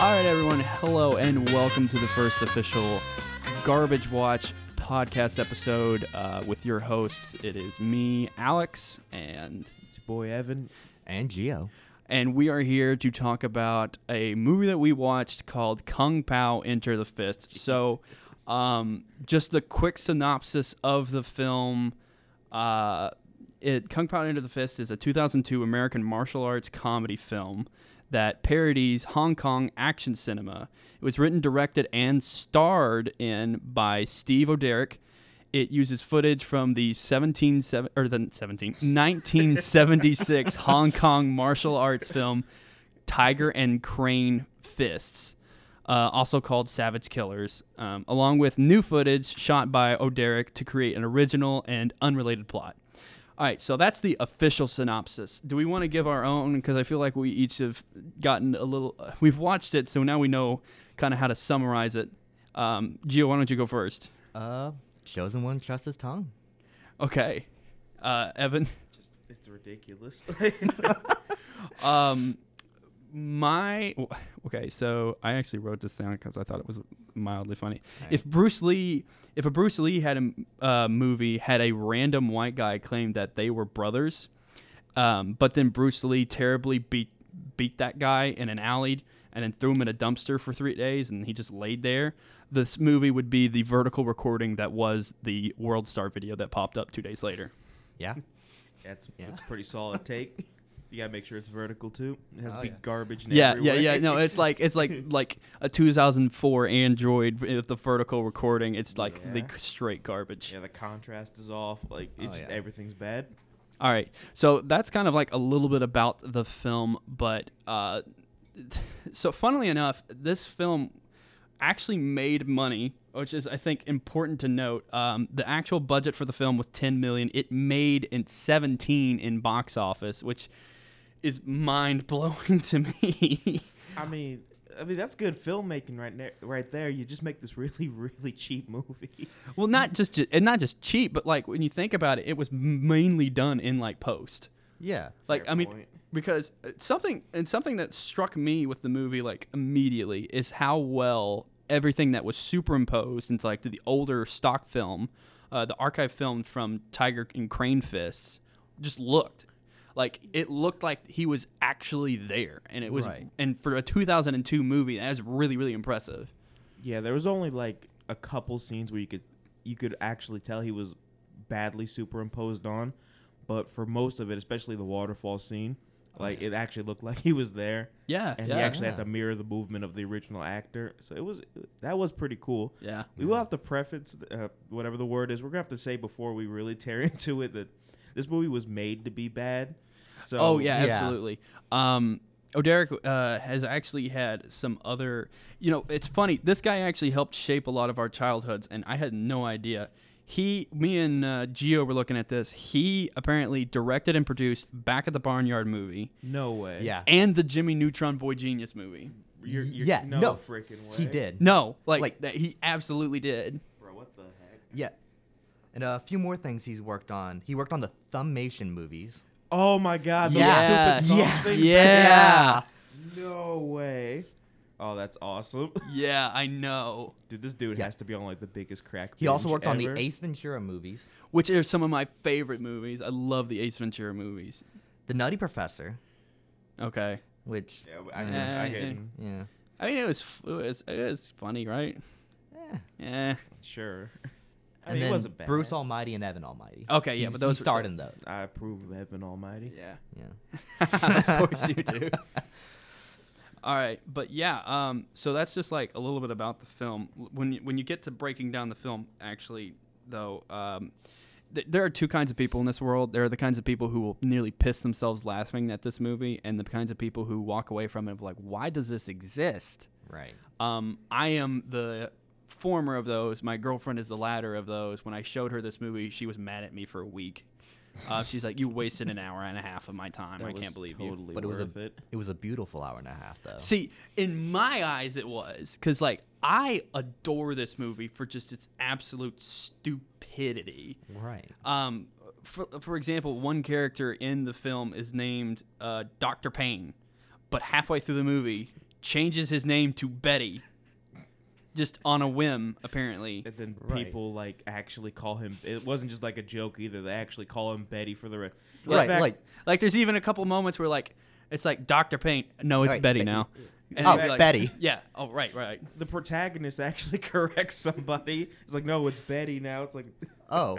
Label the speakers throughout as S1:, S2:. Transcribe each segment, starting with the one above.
S1: All right, everyone. Hello and welcome to the first official Garbage Watch podcast episode uh, with your hosts. It is me, Alex, and
S2: It's your boy Evan.
S3: and Geo.
S1: and we are here to talk about a movie that we watched called Kung Pao Enter the Fist. So, um, just the quick synopsis of the film. Uh, it Kung Pao Enter the Fist is a 2002 American martial arts comedy film that parodies Hong Kong action cinema. It was written, directed, and starred in by Steve O'Derrick. It uses footage from the 17 seven- or the 17 1976 Hong Kong martial arts film Tiger and Crane Fists, uh, also called Savage Killers, um, along with new footage shot by O'Derrick to create an original and unrelated plot. All right, so that's the official synopsis. Do we want to give our own? Because I feel like we each have gotten a little. uh, we've watched it, so now we know kind of how to summarize it. Um, Gio, why don't you go first?
S3: Uh, chosen one trusts his tongue.
S1: Okay, uh, Evan.
S2: Just it's ridiculous.
S1: Um, my okay, so I actually wrote this down because I thought it was mildly funny. If Bruce Lee, if a Bruce Lee had a m- uh, movie had a random white guy claim that they were brothers, um, but then Bruce Lee terribly beat beat that guy in an alley and then threw him in a dumpster for three days and he just laid there. This movie would be the vertical recording that was the World Star video that popped up two days later.
S3: Yeah.
S2: that's
S3: Yeah.
S2: that's a pretty solid take. You gotta make sure it's vertical too. It has
S3: Oh,
S2: to be
S3: yeah.
S2: garbage. In
S1: yeah
S2: every
S1: yeah
S2: way.
S1: yeah no it's like it's like like a 2004 android with the vertical recording it's like the
S2: Yeah.
S1: straight garbage
S2: yeah, the contrast is off. Like it's
S3: Oh,
S2: just
S3: yeah.
S2: everything's bad.
S1: all right so that's kind of like a little bit about the film but uh so funnily enough this film actually made money which is i think important to note um, the actual budget for the film was 10 million it made in 17 in box office which is mind blowing to me
S2: I mean, I mean that's good filmmaking right there. Right there, you just make this really, really cheap movie.
S1: Well, not just ju- and not just cheap, but like when you think about it, it was mainly done in like post.
S3: Yeah.
S1: Like
S2: Fair
S1: I mean,
S2: point.
S1: because it's something and something that struck me with the movie like immediately is how well everything that was superimposed into like the older stock film, uh, the archive film from Tiger and Crane Fists, just looked. Like it looked like he was actually there, and it was
S3: Right.
S1: and for a 2002 movie, that was really really impressive.
S2: Yeah, there was only like a couple scenes where you could you could actually tell he was badly superimposed on, but for most of it, especially the waterfall scene, like it actually looked like he was there.
S1: Yeah,
S2: and
S1: yeah,
S2: he actually had
S3: yeah.
S2: to mirror the movement of the original actor. So it was that was pretty cool.
S1: yeah.
S2: We will have to preface uh, whatever the word is. We're gonna have to say before we really tear into it that this movie was made to be bad. So
S1: Oh yeah,
S3: Yeah.
S1: absolutely. Um, O'Derrick uh, has actually had some other. You know, it's funny. This guy actually helped shape a lot of our childhoods, and I had no idea. He, me, and uh, Gio were looking at this. He apparently directed and produced Back at the Barnyard movie
S2: no way.
S3: Yeah.
S1: and the Jimmy Neutron Boy Genius movie.
S2: you're, you're,
S3: yeah.
S2: no,
S3: No.
S2: freaking way.
S3: He did.
S1: No, like,
S3: Like-
S1: that he absolutely did.
S2: bro. What the heck?
S3: Yeah. And a few more things he's worked on. He worked on the Thumbmation movies.
S2: Oh my god, those
S1: Yeah.
S2: stupid thumb
S3: Yeah.
S2: things.
S1: Yeah.
S2: No way. Oh, that's awesome.
S1: Yeah, I know.
S2: Dude, this dude
S3: Yeah.
S2: has to be on like the biggest crack.
S3: He also
S2: binge
S3: worked on
S2: ever.
S3: the Ace Ventura movies,
S1: Which are some of my favorite movies. I love the Ace Ventura movies.
S3: The Nutty Professor,
S1: Okay.
S3: which
S2: Yeah, I, can,
S1: Yeah,
S2: I
S1: yeah.
S2: can,
S3: yeah.
S1: I mean, it was f- it was, it was funny, right?
S3: Eh.
S1: Yeah.
S2: sure. I mean,
S3: and
S2: it
S3: then
S2: wasn't bad.
S3: Bruce Almighty and Evan Almighty.
S1: Okay, yeah,
S3: He-
S1: but those
S3: he
S1: were-
S3: starred in those.
S2: I approve of Heaven Almighty.
S1: Yeah.
S3: Yeah.
S1: of course you do. All right, but yeah, um, so that's just like a little bit about the film. When you, when you get to breaking down the film, actually, though, um, th- there are two kinds of people in this world. There are the kinds of people who will nearly piss themselves laughing at this movie, and the kinds of people who walk away from it of like, why does this exist?
S3: Right.
S1: Um, I am the former of those. My girlfriend is the latter of those. When I showed her this movie, she was mad at me for a week. Uh, she's like, "You wasted an hour and a half of my time.
S2: That
S1: I
S2: was
S1: can't believe you."
S2: totally
S3: But it was a
S2: worth it.
S3: it was a beautiful hour and a half though.
S1: See, in my eyes, it was because like I adore this movie for just its absolute stupidity.
S3: Right.
S1: Um, for, for example, one character in the film is named uh, Dr. Payne, but halfway through the movie, changes his name to Betty, just on a whim, apparently.
S2: And then
S3: Right.
S2: people like actually call him. It wasn't just like a joke either. They actually call him Betty for the rest.
S3: Right, like-
S1: Like there's even a couple moments where like it's like Doctor Paint. No, it's
S3: Right,
S1: Betty
S3: Betty.
S1: now.
S3: Oh,
S1: it'd be
S3: Betty.
S1: Yeah. Oh, right, right.
S2: the protagonist actually corrects somebody. It's like, no, it's Betty now. It's like,
S3: Oh.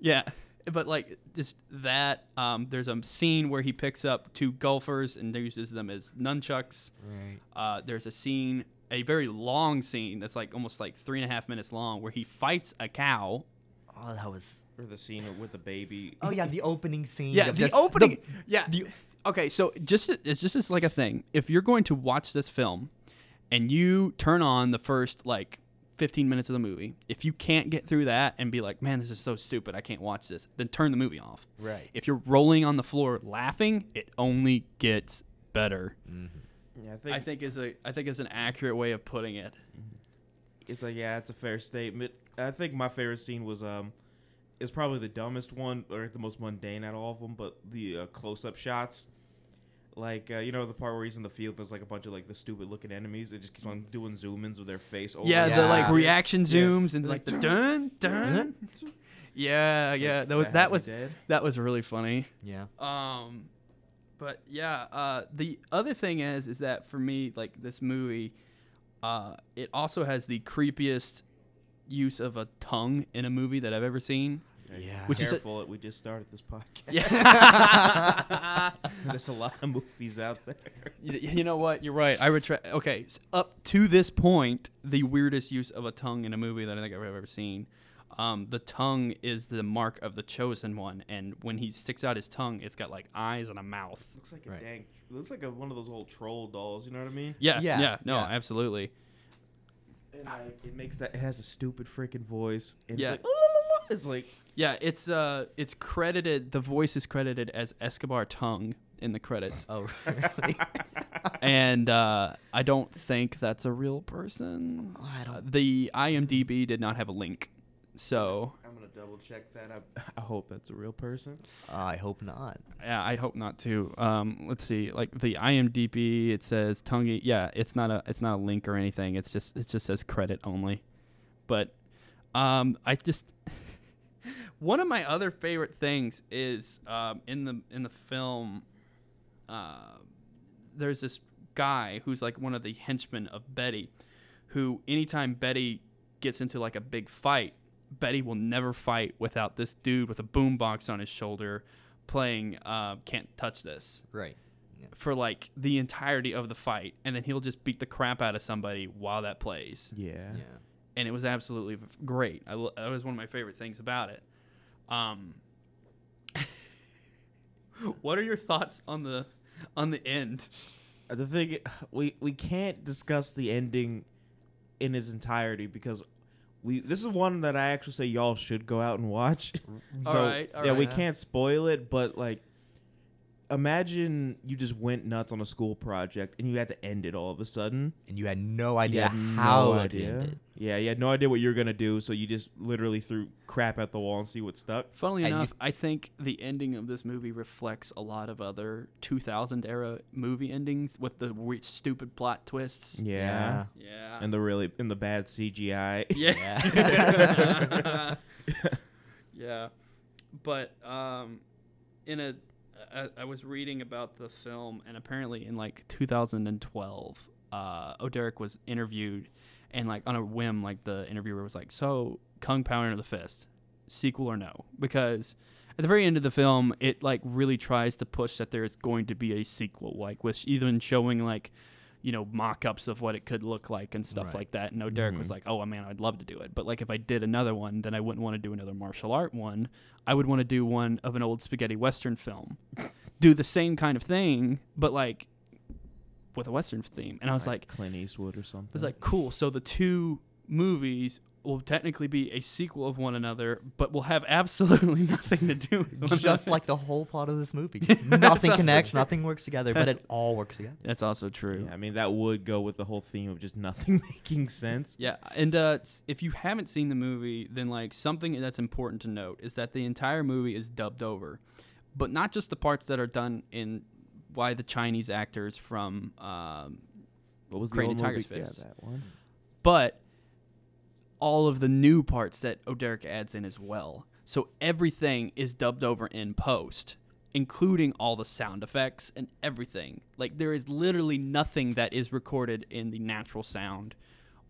S1: Yeah. But like just that. Um, there's a scene where he picks up two golfers and uses them as nunchucks.
S3: Right.
S1: Uh, there's a scene, a very long scene that's like almost like three and a half minutes long, where he fights a cow.
S3: Oh, that was.
S2: or the scene with the baby.
S3: Oh yeah, the opening scene.
S1: Yeah,
S3: of
S1: the
S3: just-
S1: opening. yeah. okay, so just it's just it's like a thing. If you're going to watch this film, and you turn on the first like 15 minutes of the movie, if you can't get through that and be like, "Man, this is so stupid. I can't watch this," then turn the movie off.
S3: Right.
S1: If you're rolling on the floor laughing, it only gets better.
S3: Mm-hmm.
S2: Yeah, I think,
S1: I think is a I think is an accurate way of putting it.
S2: it's like, yeah, it's a fair statement. I think my favorite scene was um, it's probably the dumbest one or the most mundane out of all of them, but the uh, close-up shots. Like uh, you know the part where he's in the field, there's like a bunch of like the stupid looking enemies. It just keeps on doing zoom ins with their face. Over
S1: Yeah,
S2: and
S1: the
S2: over
S1: like
S2: again.
S1: reaction
S2: Yeah.
S1: zooms and
S2: They're
S1: like the dun dun. Yeah,
S2: It's like,
S1: yeah, that was
S2: "That had
S1: that
S2: me
S1: was
S2: dead."
S1: that was really funny.
S3: Yeah.
S1: Um, but yeah, uh, the other thing is, is that for me, like this movie, uh, it also has the creepiest use of a tongue in a movie that I've ever seen.
S3: Yeah.
S1: Which is a-
S2: Careful, we just started this podcast.
S1: Yeah.
S2: There's a lot of movies out there.
S1: you, you know what? You're right. I retract. Okay, s up to this point, the weirdest use of a tongue in a movie that I think I've ever seen. Um, the tongue is the mark of the chosen one, and when he sticks out his tongue, it's got like eyes and a mouth.
S2: Looks like a
S3: Right.
S2: dang. Looks like a, one of those old troll dolls. You know what I mean?
S1: Yeah, yeah,
S3: Yeah,
S1: no,
S3: yeah.
S1: absolutely.
S2: And like, Ah, it makes that. It has a stupid freaking voice. And
S1: Yeah.
S2: It's like, "La, la, la," it's like
S1: Yeah, it's uh, it's credited. The voice is credited as Escobar Tongue in the credits,
S3: Oh. Really?
S1: and uh, I don't think that's a real person.
S3: Oh, I
S1: Uh,
S3: don't.
S1: the IMDb did not have a link, so
S2: I'm gonna double check that. I, I hope that's a real person.
S3: I hope not.
S1: yeah, I hope not too. Um, let's see, like the IMDb, it says Tongue. Yeah, it's not a, it's not a link or anything. It's just, it just says credit only. But, um, I just one of my other favorite things is um, in the in the film, uh, there's this guy who's like one of the henchmen of Betty, who anytime Betty gets into like a big fight, Betty will never fight without this dude with a boombox on his shoulder playing uh, "Can't Touch This"
S3: Right.
S1: for like the entirety of the fight, and then he'll just beat the crap out of somebody while that plays
S2: Yeah.
S3: Yeah.
S1: and it was absolutely f- great. I, lo- that was one of my favorite things about it. Um, what are your thoughts on the on the end?
S2: Uh, The thing we we can't discuss the ending in its entirety because we this is one that I actually say y'all should go out and watch. so
S1: Alright,
S2: yeah, we
S1: alright.
S2: can't spoil it, but like imagine you just went nuts on a school project and you had to end it all of a sudden.
S3: And you had no idea
S2: You had
S3: how
S2: no
S3: it ended.
S2: Yeah, you had no idea what you were gonna do, so you just literally threw crap at the wall and see what stuck.
S1: Funnily
S3: I knew-
S1: enough, I think the ending of this movie reflects a lot of other 2000 era movie endings with the we- stupid plot twists.
S2: Yeah.
S1: Yeah.
S2: And the really and the bad CGI.
S1: Yeah. yeah. But um, in a, I, I was reading about the film, and apparently in like 2012, uh, O'Derrick was interviewed, and like on a whim, like the interviewer was like, "So, Kung Pao Enter the Fist, sequel or no?" Because at the very end of the film, it like really tries to push that there's going to be a sequel, like with even showing like. You know, mock-ups of what it could look like and stuff
S3: Right.
S1: like that. And O'Derrick was like, "Oh man, I'd love to do it, but like if I did another one, then I wouldn't want to do another martial art one. I would want to do one of an old spaghetti western film, do the same kind of thing, but like with a western theme." And I was like,
S2: Clint Eastwood or something.
S1: it's like cool. So the two movies will technically be a sequel of one another, but will have absolutely nothing to do with one
S3: Just
S1: another.
S3: like the whole plot of this movie.
S1: That's
S3: Nothing
S1: awesome.
S3: connects, nothing works together, but
S1: That's-
S3: it all works together.
S1: That's also true.
S2: Yeah, I mean that would go with the whole theme of just nothing making sense.
S1: Yeah, and uh, s- if you haven't seen the movie, then like something that's important to note is that the entire movie is dubbed over, but not just the parts that are done in by the Chinese actors from um,
S2: What was the
S1: Crazy
S2: old
S1: Tiger's
S2: movie?
S1: Fist.
S2: Yeah, that one.
S1: but all of the new parts that Oderic adds in as well. So everything is dubbed over in post, including all the sound effects and everything. Like there is literally nothing that is recorded in the natural sound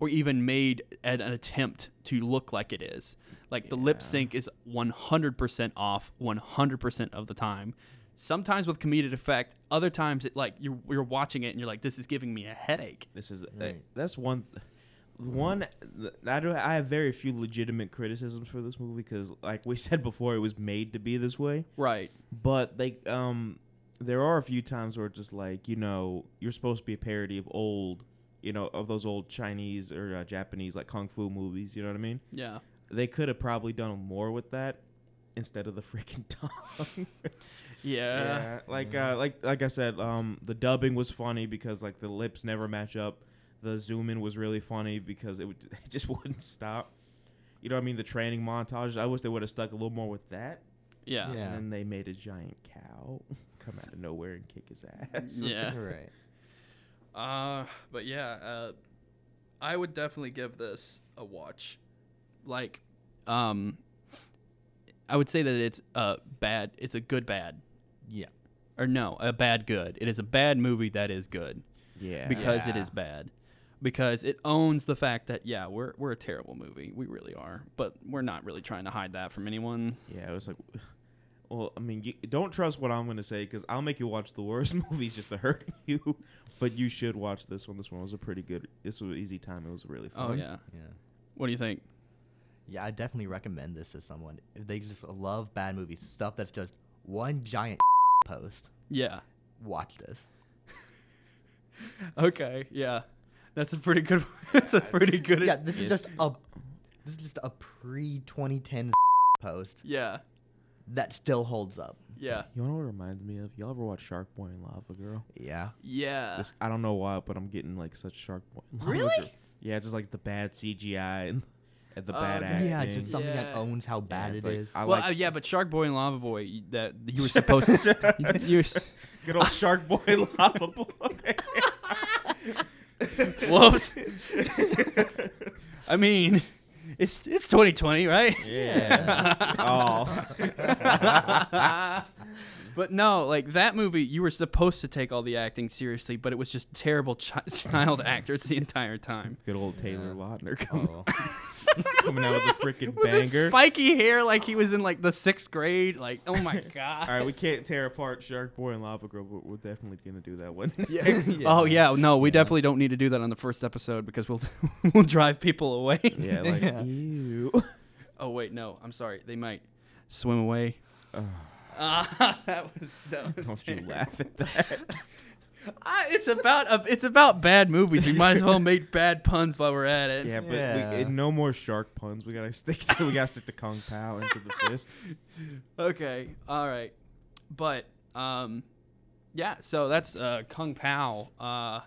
S1: or even made at an attempt to look like it is. Like the lip
S2: Yeah.
S1: sync is 100% off 100% of the time. Sometimes with comedic effect, other times it like you're, you're watching it and you're like this is giving me a headache.
S2: This is uh,
S3: Right.
S2: that's one. One, th- I do. I have very few legitimate criticisms for this movie because, like we said before, it was made to be this way.
S1: Right.
S2: But they, um, there are a few times where it's just like you know you're supposed to be a parody of old, you know, of those old Chinese or uh, Japanese like kung fu movies. You know what I mean?
S1: Yeah.
S2: They could have probably done more with that instead of the freaking tongue.
S1: Yeah.
S2: Yeah, like
S3: Yeah.
S2: uh, like like I said, um, the dubbing was funny because like the lips never match up. The zoom in was really funny because it, would, it just wouldn't stop. You know what I mean? The training montages. I wish they would have stuck a little more with that.
S1: Yeah.
S3: Yeah.
S2: And then they made a giant cow come out of nowhere and kick his ass.
S1: Yeah.
S3: Right.
S1: Uh, but yeah, uh, I would definitely give this a watch. Like, um, I would say that it's a bad. It's a good bad,
S3: Yeah.
S1: or no, a bad good. It is a bad movie that is good
S2: Yeah.
S1: because it
S3: Yeah.
S1: is bad, because it owns the fact that yeah, we're we're a terrible movie. We really are, but we're not really trying to hide that from anyone.
S2: yeah, it was like. Well, I mean, you, don't trust what I'm gonna say because I'll make you watch the worst movies just to hurt you. But you should watch this one. This one was a pretty good. This was an easy time. It was really fun.
S1: Oh yeah.
S3: Yeah.
S1: What do you think?
S3: Yeah, I definitely recommend this to someone. If they just love bad movies, stuff that's just one giant post,
S1: Yeah.
S3: watch this.
S1: Okay. Yeah. That's a pretty good. that's a pretty good.
S3: Yeah, this
S2: Yeah.
S3: is just a this is just a pre 2010 post
S1: Yeah.
S3: that still holds up.
S1: Yeah.
S2: You know what it reminds me of? Y'all ever watch Shark Boy and Lava Girl?
S3: Yeah.
S1: Yeah.
S2: This, I don't know why, but I'm getting like such Shark Boy. And Lava
S1: Uh. Really?
S2: Girl. Yeah, just like the bad CGI and, and the
S1: Oh,
S2: bad
S1: yeah,
S2: acting.
S3: Yeah, just something that
S1: Yeah.
S3: owns how bad
S2: it's
S3: it
S2: like,
S3: is.
S2: I
S1: well,
S2: like-
S1: uh, yeah, but Shark Boy and Lava Boy y- that you were supposed to. you were, s-
S2: Good old Shark Boy and Lava Boy.
S1: whoops. I mean, it's it's 2020, right?
S2: Yeah.
S1: oh. but no, like that movie, you were supposed to take all the acting seriously, but it was just terrible chi- child actors the entire time.
S2: Good old Taylor Lautner coming,
S3: Oh.
S2: coming out with a freaking
S1: With his
S2: banger.
S1: spiky hair, like he was in like the sixth grade. Like, oh my god.
S2: All right, we can't tear apart Shark Boy and Lava Girl, but we're definitely gonna do that one.
S1: Yeah. Oh yeah, no, we definitely don't need to do that on the first episode because we'll we'll drive people away.
S2: yeah, like
S3: Yeah.
S2: ew.
S1: Oh wait, no, I'm sorry. They might swim away.
S2: Oh,
S1: Ah, that was that was.
S2: don't you
S1: terrible.
S2: laugh at that.
S1: Ah, it's about a, it's about bad movies. We might as well make bad puns while we're at it.
S2: Yeah, but
S3: Yeah.
S2: We, eh, no more shark puns. We gotta stick. To, we gotta stick to Kung Pao into the fist.
S1: Okay. All right. But um, yeah. So that's uh, Kung Pao. Uh,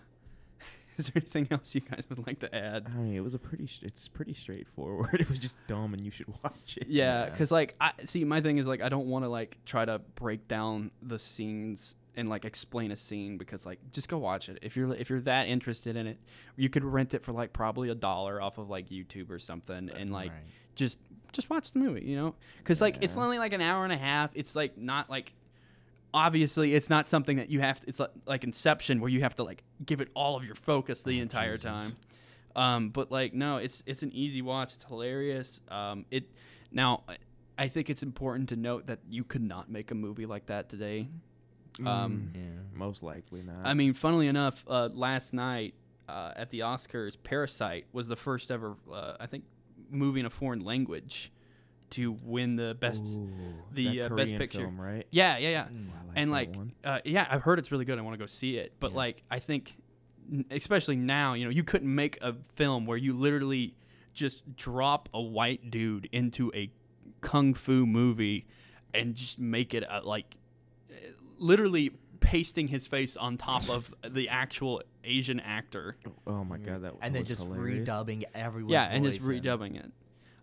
S1: is there anything else you guys would like to add?
S2: I mean, it was a pretty. sh- It's pretty straightforward. It was just dumb, and you should watch it.
S1: Yeah,
S3: Yeah.
S1: because like I see, my thing is like I don't want to like try to break down the scenes and like explain a scene because like just go watch it if you're if you're that interested in it, you could rent it for like probably a dollar off of like YouTube or something and like
S3: Right.
S1: just just watch the movie, you know? Because like it's
S2: Yeah.
S1: only like an hour and a half. It's like not like obviously it's not something that you have to it's like, like inception where you have to like give it all of your focus the entire
S2: Jesus.
S1: time um but like no it's it's an easy watch it's hilarious um it now I- i think it's important to note that you could not make a movie like that today um
S3: Yeah.
S2: Mm, most likely not.
S1: i mean funnily enough uh last night uh, at the oscars parasite was the first ever uh, i think movie in a foreign language to win the best the,
S2: that
S1: uh, best
S2: Korean
S1: picture.
S2: film, right?
S1: yeah
S3: Mm,
S1: yeah yeah
S2: I
S1: and
S2: that
S1: like
S2: one.
S1: uh, yeah i've heard it's really good i want to go see it but
S2: Yeah.
S1: like i think n- especially now you know you couldn't make a film where you literally just drop a white dude into a kung fu movie and just make it a, like eh, literally pasting his face on top of the actual asian actor
S2: oh my god, that
S1: Mm.
S3: And then
S2: was
S3: just
S2: hilarious.
S3: redubbing everyone.
S1: yeah and just redubbing it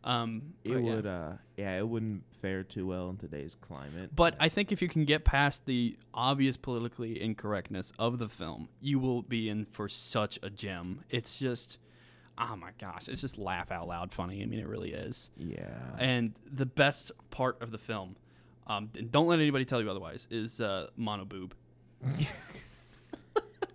S1: Um,
S2: It
S1: but yeah.
S2: would, uh, yeah, it wouldn't fare too well in today's climate.
S1: But I think if you can get past the obvious politically incorrectness of the film, you will be in for such a gem. It's just, oh my gosh, it's just laugh out loud funny. I mean, it really is.
S2: yeah,
S1: And the best part of the film, um, d- don't let anybody tell you otherwise, is uh, mono boob.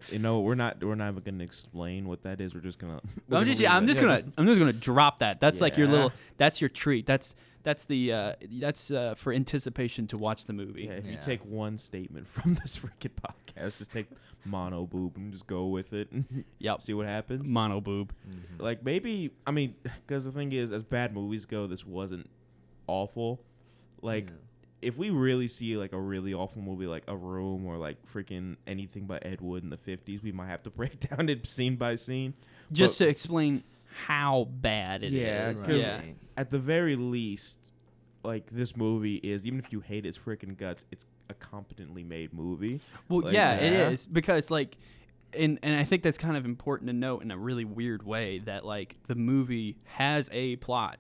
S2: you know, we're not, we're not even gonna explain what that is. We're just gonna. we're
S1: I'm
S2: gonna
S1: just,
S2: leave
S1: yeah, I'm
S2: it.
S1: just gonna, I'm just gonna drop that. That's like your
S2: Yeah.
S1: little, that's your treat. That's that's the, uh, that's uh, for anticipation to watch the movie.
S2: Yeah, if you
S3: Yeah.
S2: take one statement from this freaking podcast, just take mono boob and just go with it. and
S1: Yep. Mm.
S2: See what happens.
S1: Mono boob.
S2: Like maybe I mean, because the thing is, as bad movies go, this wasn't awful. Like
S3: Yeah.
S2: if we really see like a really awful movie, like A Room or like freaking anything by Ed Wood in the fifties, we might have to break down it scene by scene.
S1: Just
S2: But-
S1: to explain how bad it is.
S2: Yeah,
S3: Right.
S2: 'cause
S1: Yeah.
S2: at the very least, like this movie is even if you hate its freaking guts, it's a competently made movie.
S1: Well,
S2: Like,
S1: yeah,
S2: yeah.
S1: it is because like, and and I think that's kind of important to note in a really weird way that like the movie has a plot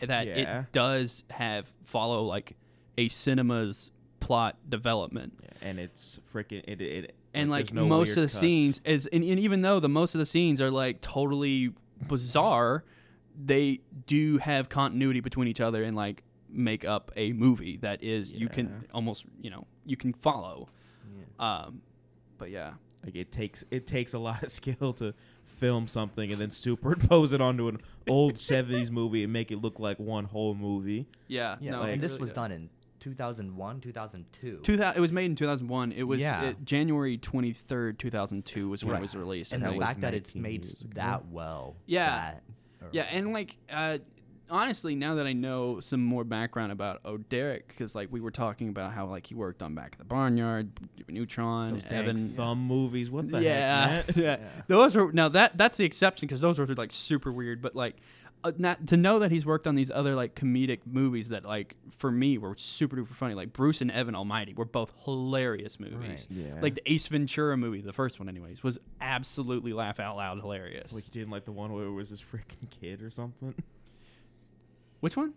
S1: that
S2: Yeah.
S1: it does have follow like a cinema's plot development.
S2: Yeah, and it's freaking it. it
S1: And like
S2: there's no
S1: most of the
S2: weird cuts.
S1: scenes is and, and even though the most of the scenes are like totally bizarre, they do have continuity between each other and like make up a movie that is you can
S2: Yeah.
S1: almost you know you can follow.
S3: Yeah.
S1: Um, but yeah.
S2: Like it takes it takes a lot of skill to film something and then superimpose it onto an old '70s movie and make it look like one whole movie.
S1: Yeah,
S3: Yeah,
S1: no, uh,
S2: like-
S1: it
S3: and this
S1: really
S3: was
S1: did.
S3: done in 2001, 2002.
S1: 2000, it was made in 2001. It was
S3: Yeah.
S1: uh January 23rd, 2002 was when
S2: Right.
S1: it was released. I
S3: and the
S1: think.
S2: was
S3: fact that it's
S2: 19
S3: made
S2: years
S3: s-
S2: ago.
S3: that well.
S1: Yeah.
S3: that-
S1: yeah, and like uh, honestly, now that I know some more background about O'Derrick, because like we were talking about how like he worked on Back of the Barnyard, Neutron,
S2: Those dang
S1: Evan.
S2: thumb movies. What the
S1: yeah,
S2: heck? man?
S1: yeah,
S3: Yeah.
S1: Those were now that that's the exception because those were like super weird. But like, uh, not, to know that he's worked on these other like comedic movies that like for me were super duper funny. Like Bruce and Evan Almighty were both hilarious movies.
S3: Right.
S2: Yeah.
S1: Like the Ace Ventura movie, the first one, anyways, was absolutely laugh out loud hilarious.
S2: Like you didn't like the one where it was this freaking kid or something.
S1: Which one?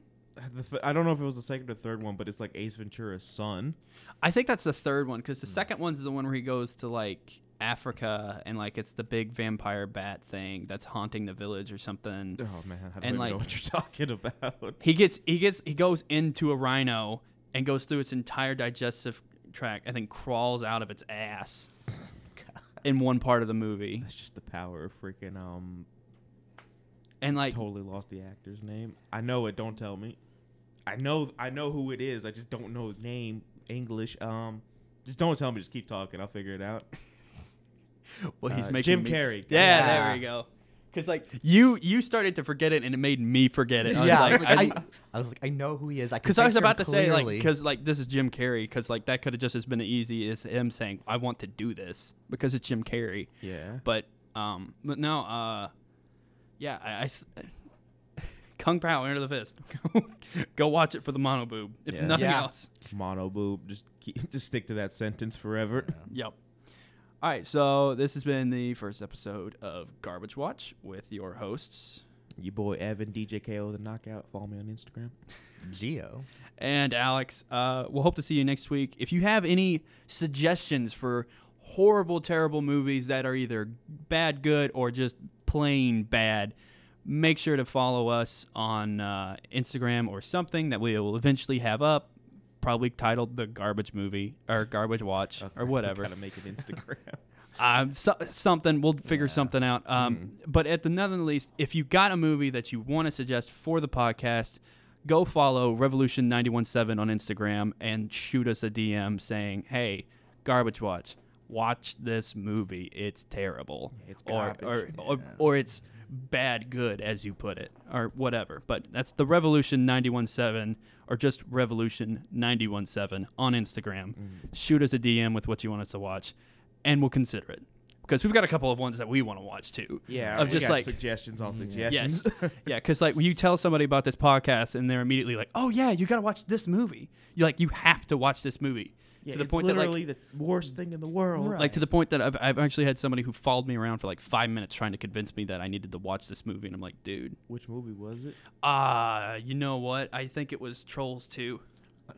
S2: The th- I don't know if it was the second or third one, but it's like Ace Ventura's son.
S1: I think that's the third one because the second one's the one where he goes to like Africa and like it's the big vampire bat thing that's haunting the village or something.
S2: Oh man, I don't
S1: And,
S2: even
S1: like-
S2: know what you're talking about.
S1: He gets he gets he goes into a rhino and goes through its entire digestive tract and then crawls out of its ass in one part of the movie.
S2: That's just the power of freaking um.
S1: And like
S2: totally lost the actor's name. I know it. Don't tell me. I know. I know who it is. I just don't know the name English. Um, just don't tell me. Just keep talking. I'll figure it out.
S1: well, he's
S2: Uh,
S1: making
S2: Jim
S1: me-
S2: Carrey.
S1: Yeah,
S3: Yeah.
S1: there we go. Because like you you started to forget it and it made me forget it. I
S3: yeah,
S1: was like,
S3: I, was like, I, I was like, I know who he is. I
S1: because I was about to say like
S3: clearly.
S1: because like this is Jim Carrey because like that could have just as been as easy as him saying I want to do this because it's Jim Carrey.
S2: Yeah.
S1: But um, but no, uh, yeah, I, I th- Kung Pao Enter the Fist. Go watch it for the mono boob. If
S2: Yeah.
S1: nothing
S3: Yeah.
S1: else.
S2: Mono boob. Just keep, just stick to that sentence forever.
S1: Yep. All right, so this has been the first episode of Garbage Watch with your hosts
S2: Your boy Evan DJ KO the Knockout. Follow me on Instagram.
S3: Geo.
S1: and Alex. Uh, we'll hope to see you next week. If you have any suggestions for horrible, terrible movies that are either bad, good, or just plain bad, make sure to follow us on uh, Instagram or something that we will eventually have up. Probably titled the garbage movie or garbage watch or whatever.
S2: Gotta make it Instagram.
S1: Um, so, something we'll figure
S3: Yeah.
S1: something out. Um,
S2: Mm-hmm.
S1: but at the nothing least, if you got a movie that you want to suggest for the podcast, go follow Revolution 917 on Instagram and shoot us a DM saying, "Hey, Garbage Watch, watch this movie. It's terrible."
S2: It's
S1: or or,
S2: garbage.
S1: or or it's bad good as you put it or whatever. But that's the Revolution 917 or just Revolution 917 on Instagram.
S2: Mm.
S1: Shoot us a DM with what you want us to watch and we'll consider it. Because we've got a couple of ones that we want to watch too.
S2: yeah.
S1: Of
S2: we
S1: just
S2: got
S1: like
S2: suggestions on suggestions.
S1: Yes. yeah, cuz like you tell somebody about this podcast and they're immediately like, "Oh yeah, you got to watch this movie." You like you have to watch this movie.
S2: Yeah,
S1: to the
S2: it's
S1: point that like,
S2: literally the worst thing in the world.
S3: Right.
S1: like to the point that I've, I've actually had somebody who followed me around for like five minutes trying to convince me that I needed to watch this movie, and I'm like, dude,
S2: Which movie was it?
S1: ah, you know what? I think it was Trolls Two.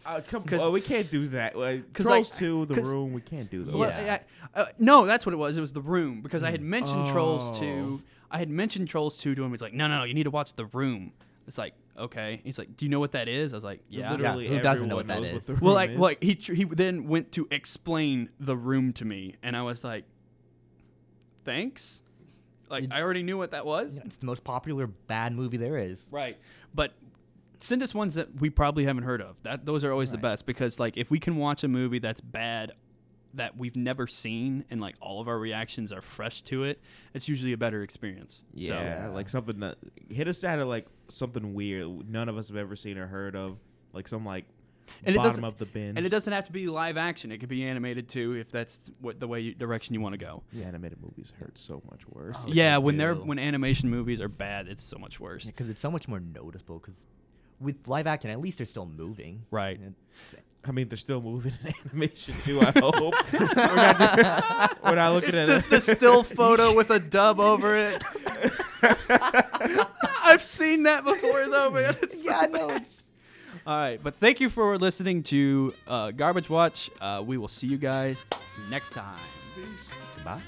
S2: Uh, come
S1: 'Cause-
S2: on, we can't do that. Like,
S1: 'cause, like,
S2: Trolls Two, The
S1: 'cause-
S2: Room, we can't do those.
S1: Well,
S3: Yeah.
S1: I- uh, no, that's what it was. It was The Room because I had mentioned Trolls
S2: Oh.
S1: 2. I had mentioned Trolls 2 to him. He's like, no, no, no, you need to watch The Room. It's like, okay. He's like, do you know what that is? I was like, yeah.
S2: literally
S3: who doesn't know
S2: everyone
S3: what that
S2: knows
S3: is?
S2: The
S1: Well,
S2: Room
S1: like,
S2: is.
S1: like he tr- he then went to explain The Room to me, and I was like, thanks. Like,
S3: You-
S1: I already knew what that was.
S3: It's the most popular bad movie there is.
S1: Right. But send us ones that we probably haven't heard of. That those are always the
S3: Right.
S1: best because like if we can watch a movie that's bad that we've never seen and like all of our reactions are fresh to it, it's usually a better experience. So,
S2: Yeah, like something that hit us out of like something weird none of us have ever seen or heard of, like some like
S1: And it doesn't-
S2: bottom of the bin.
S1: and it doesn't have to be live action. It could be animated too if that's what the way you, direction you want to go.
S2: yeah, animated movies hurt so much worse.
S1: Oh, yeah, when they're
S3: Oh, do.
S1: when animation movies are bad, it's so much worse.
S3: Because it's so much more noticeable. Because with live action, at least they're still moving.
S1: Right.
S3: And-
S2: I mean, they're still moving in animation too. I hope we're, not, we're not looking at it.
S1: still photo with a dub over it. I've seen that before though, man. It's
S3: yeah, no, it's
S1: All right, but thank you for listening to uh, Garbage Watch. Uh, we will see you guys next time.
S3: bye.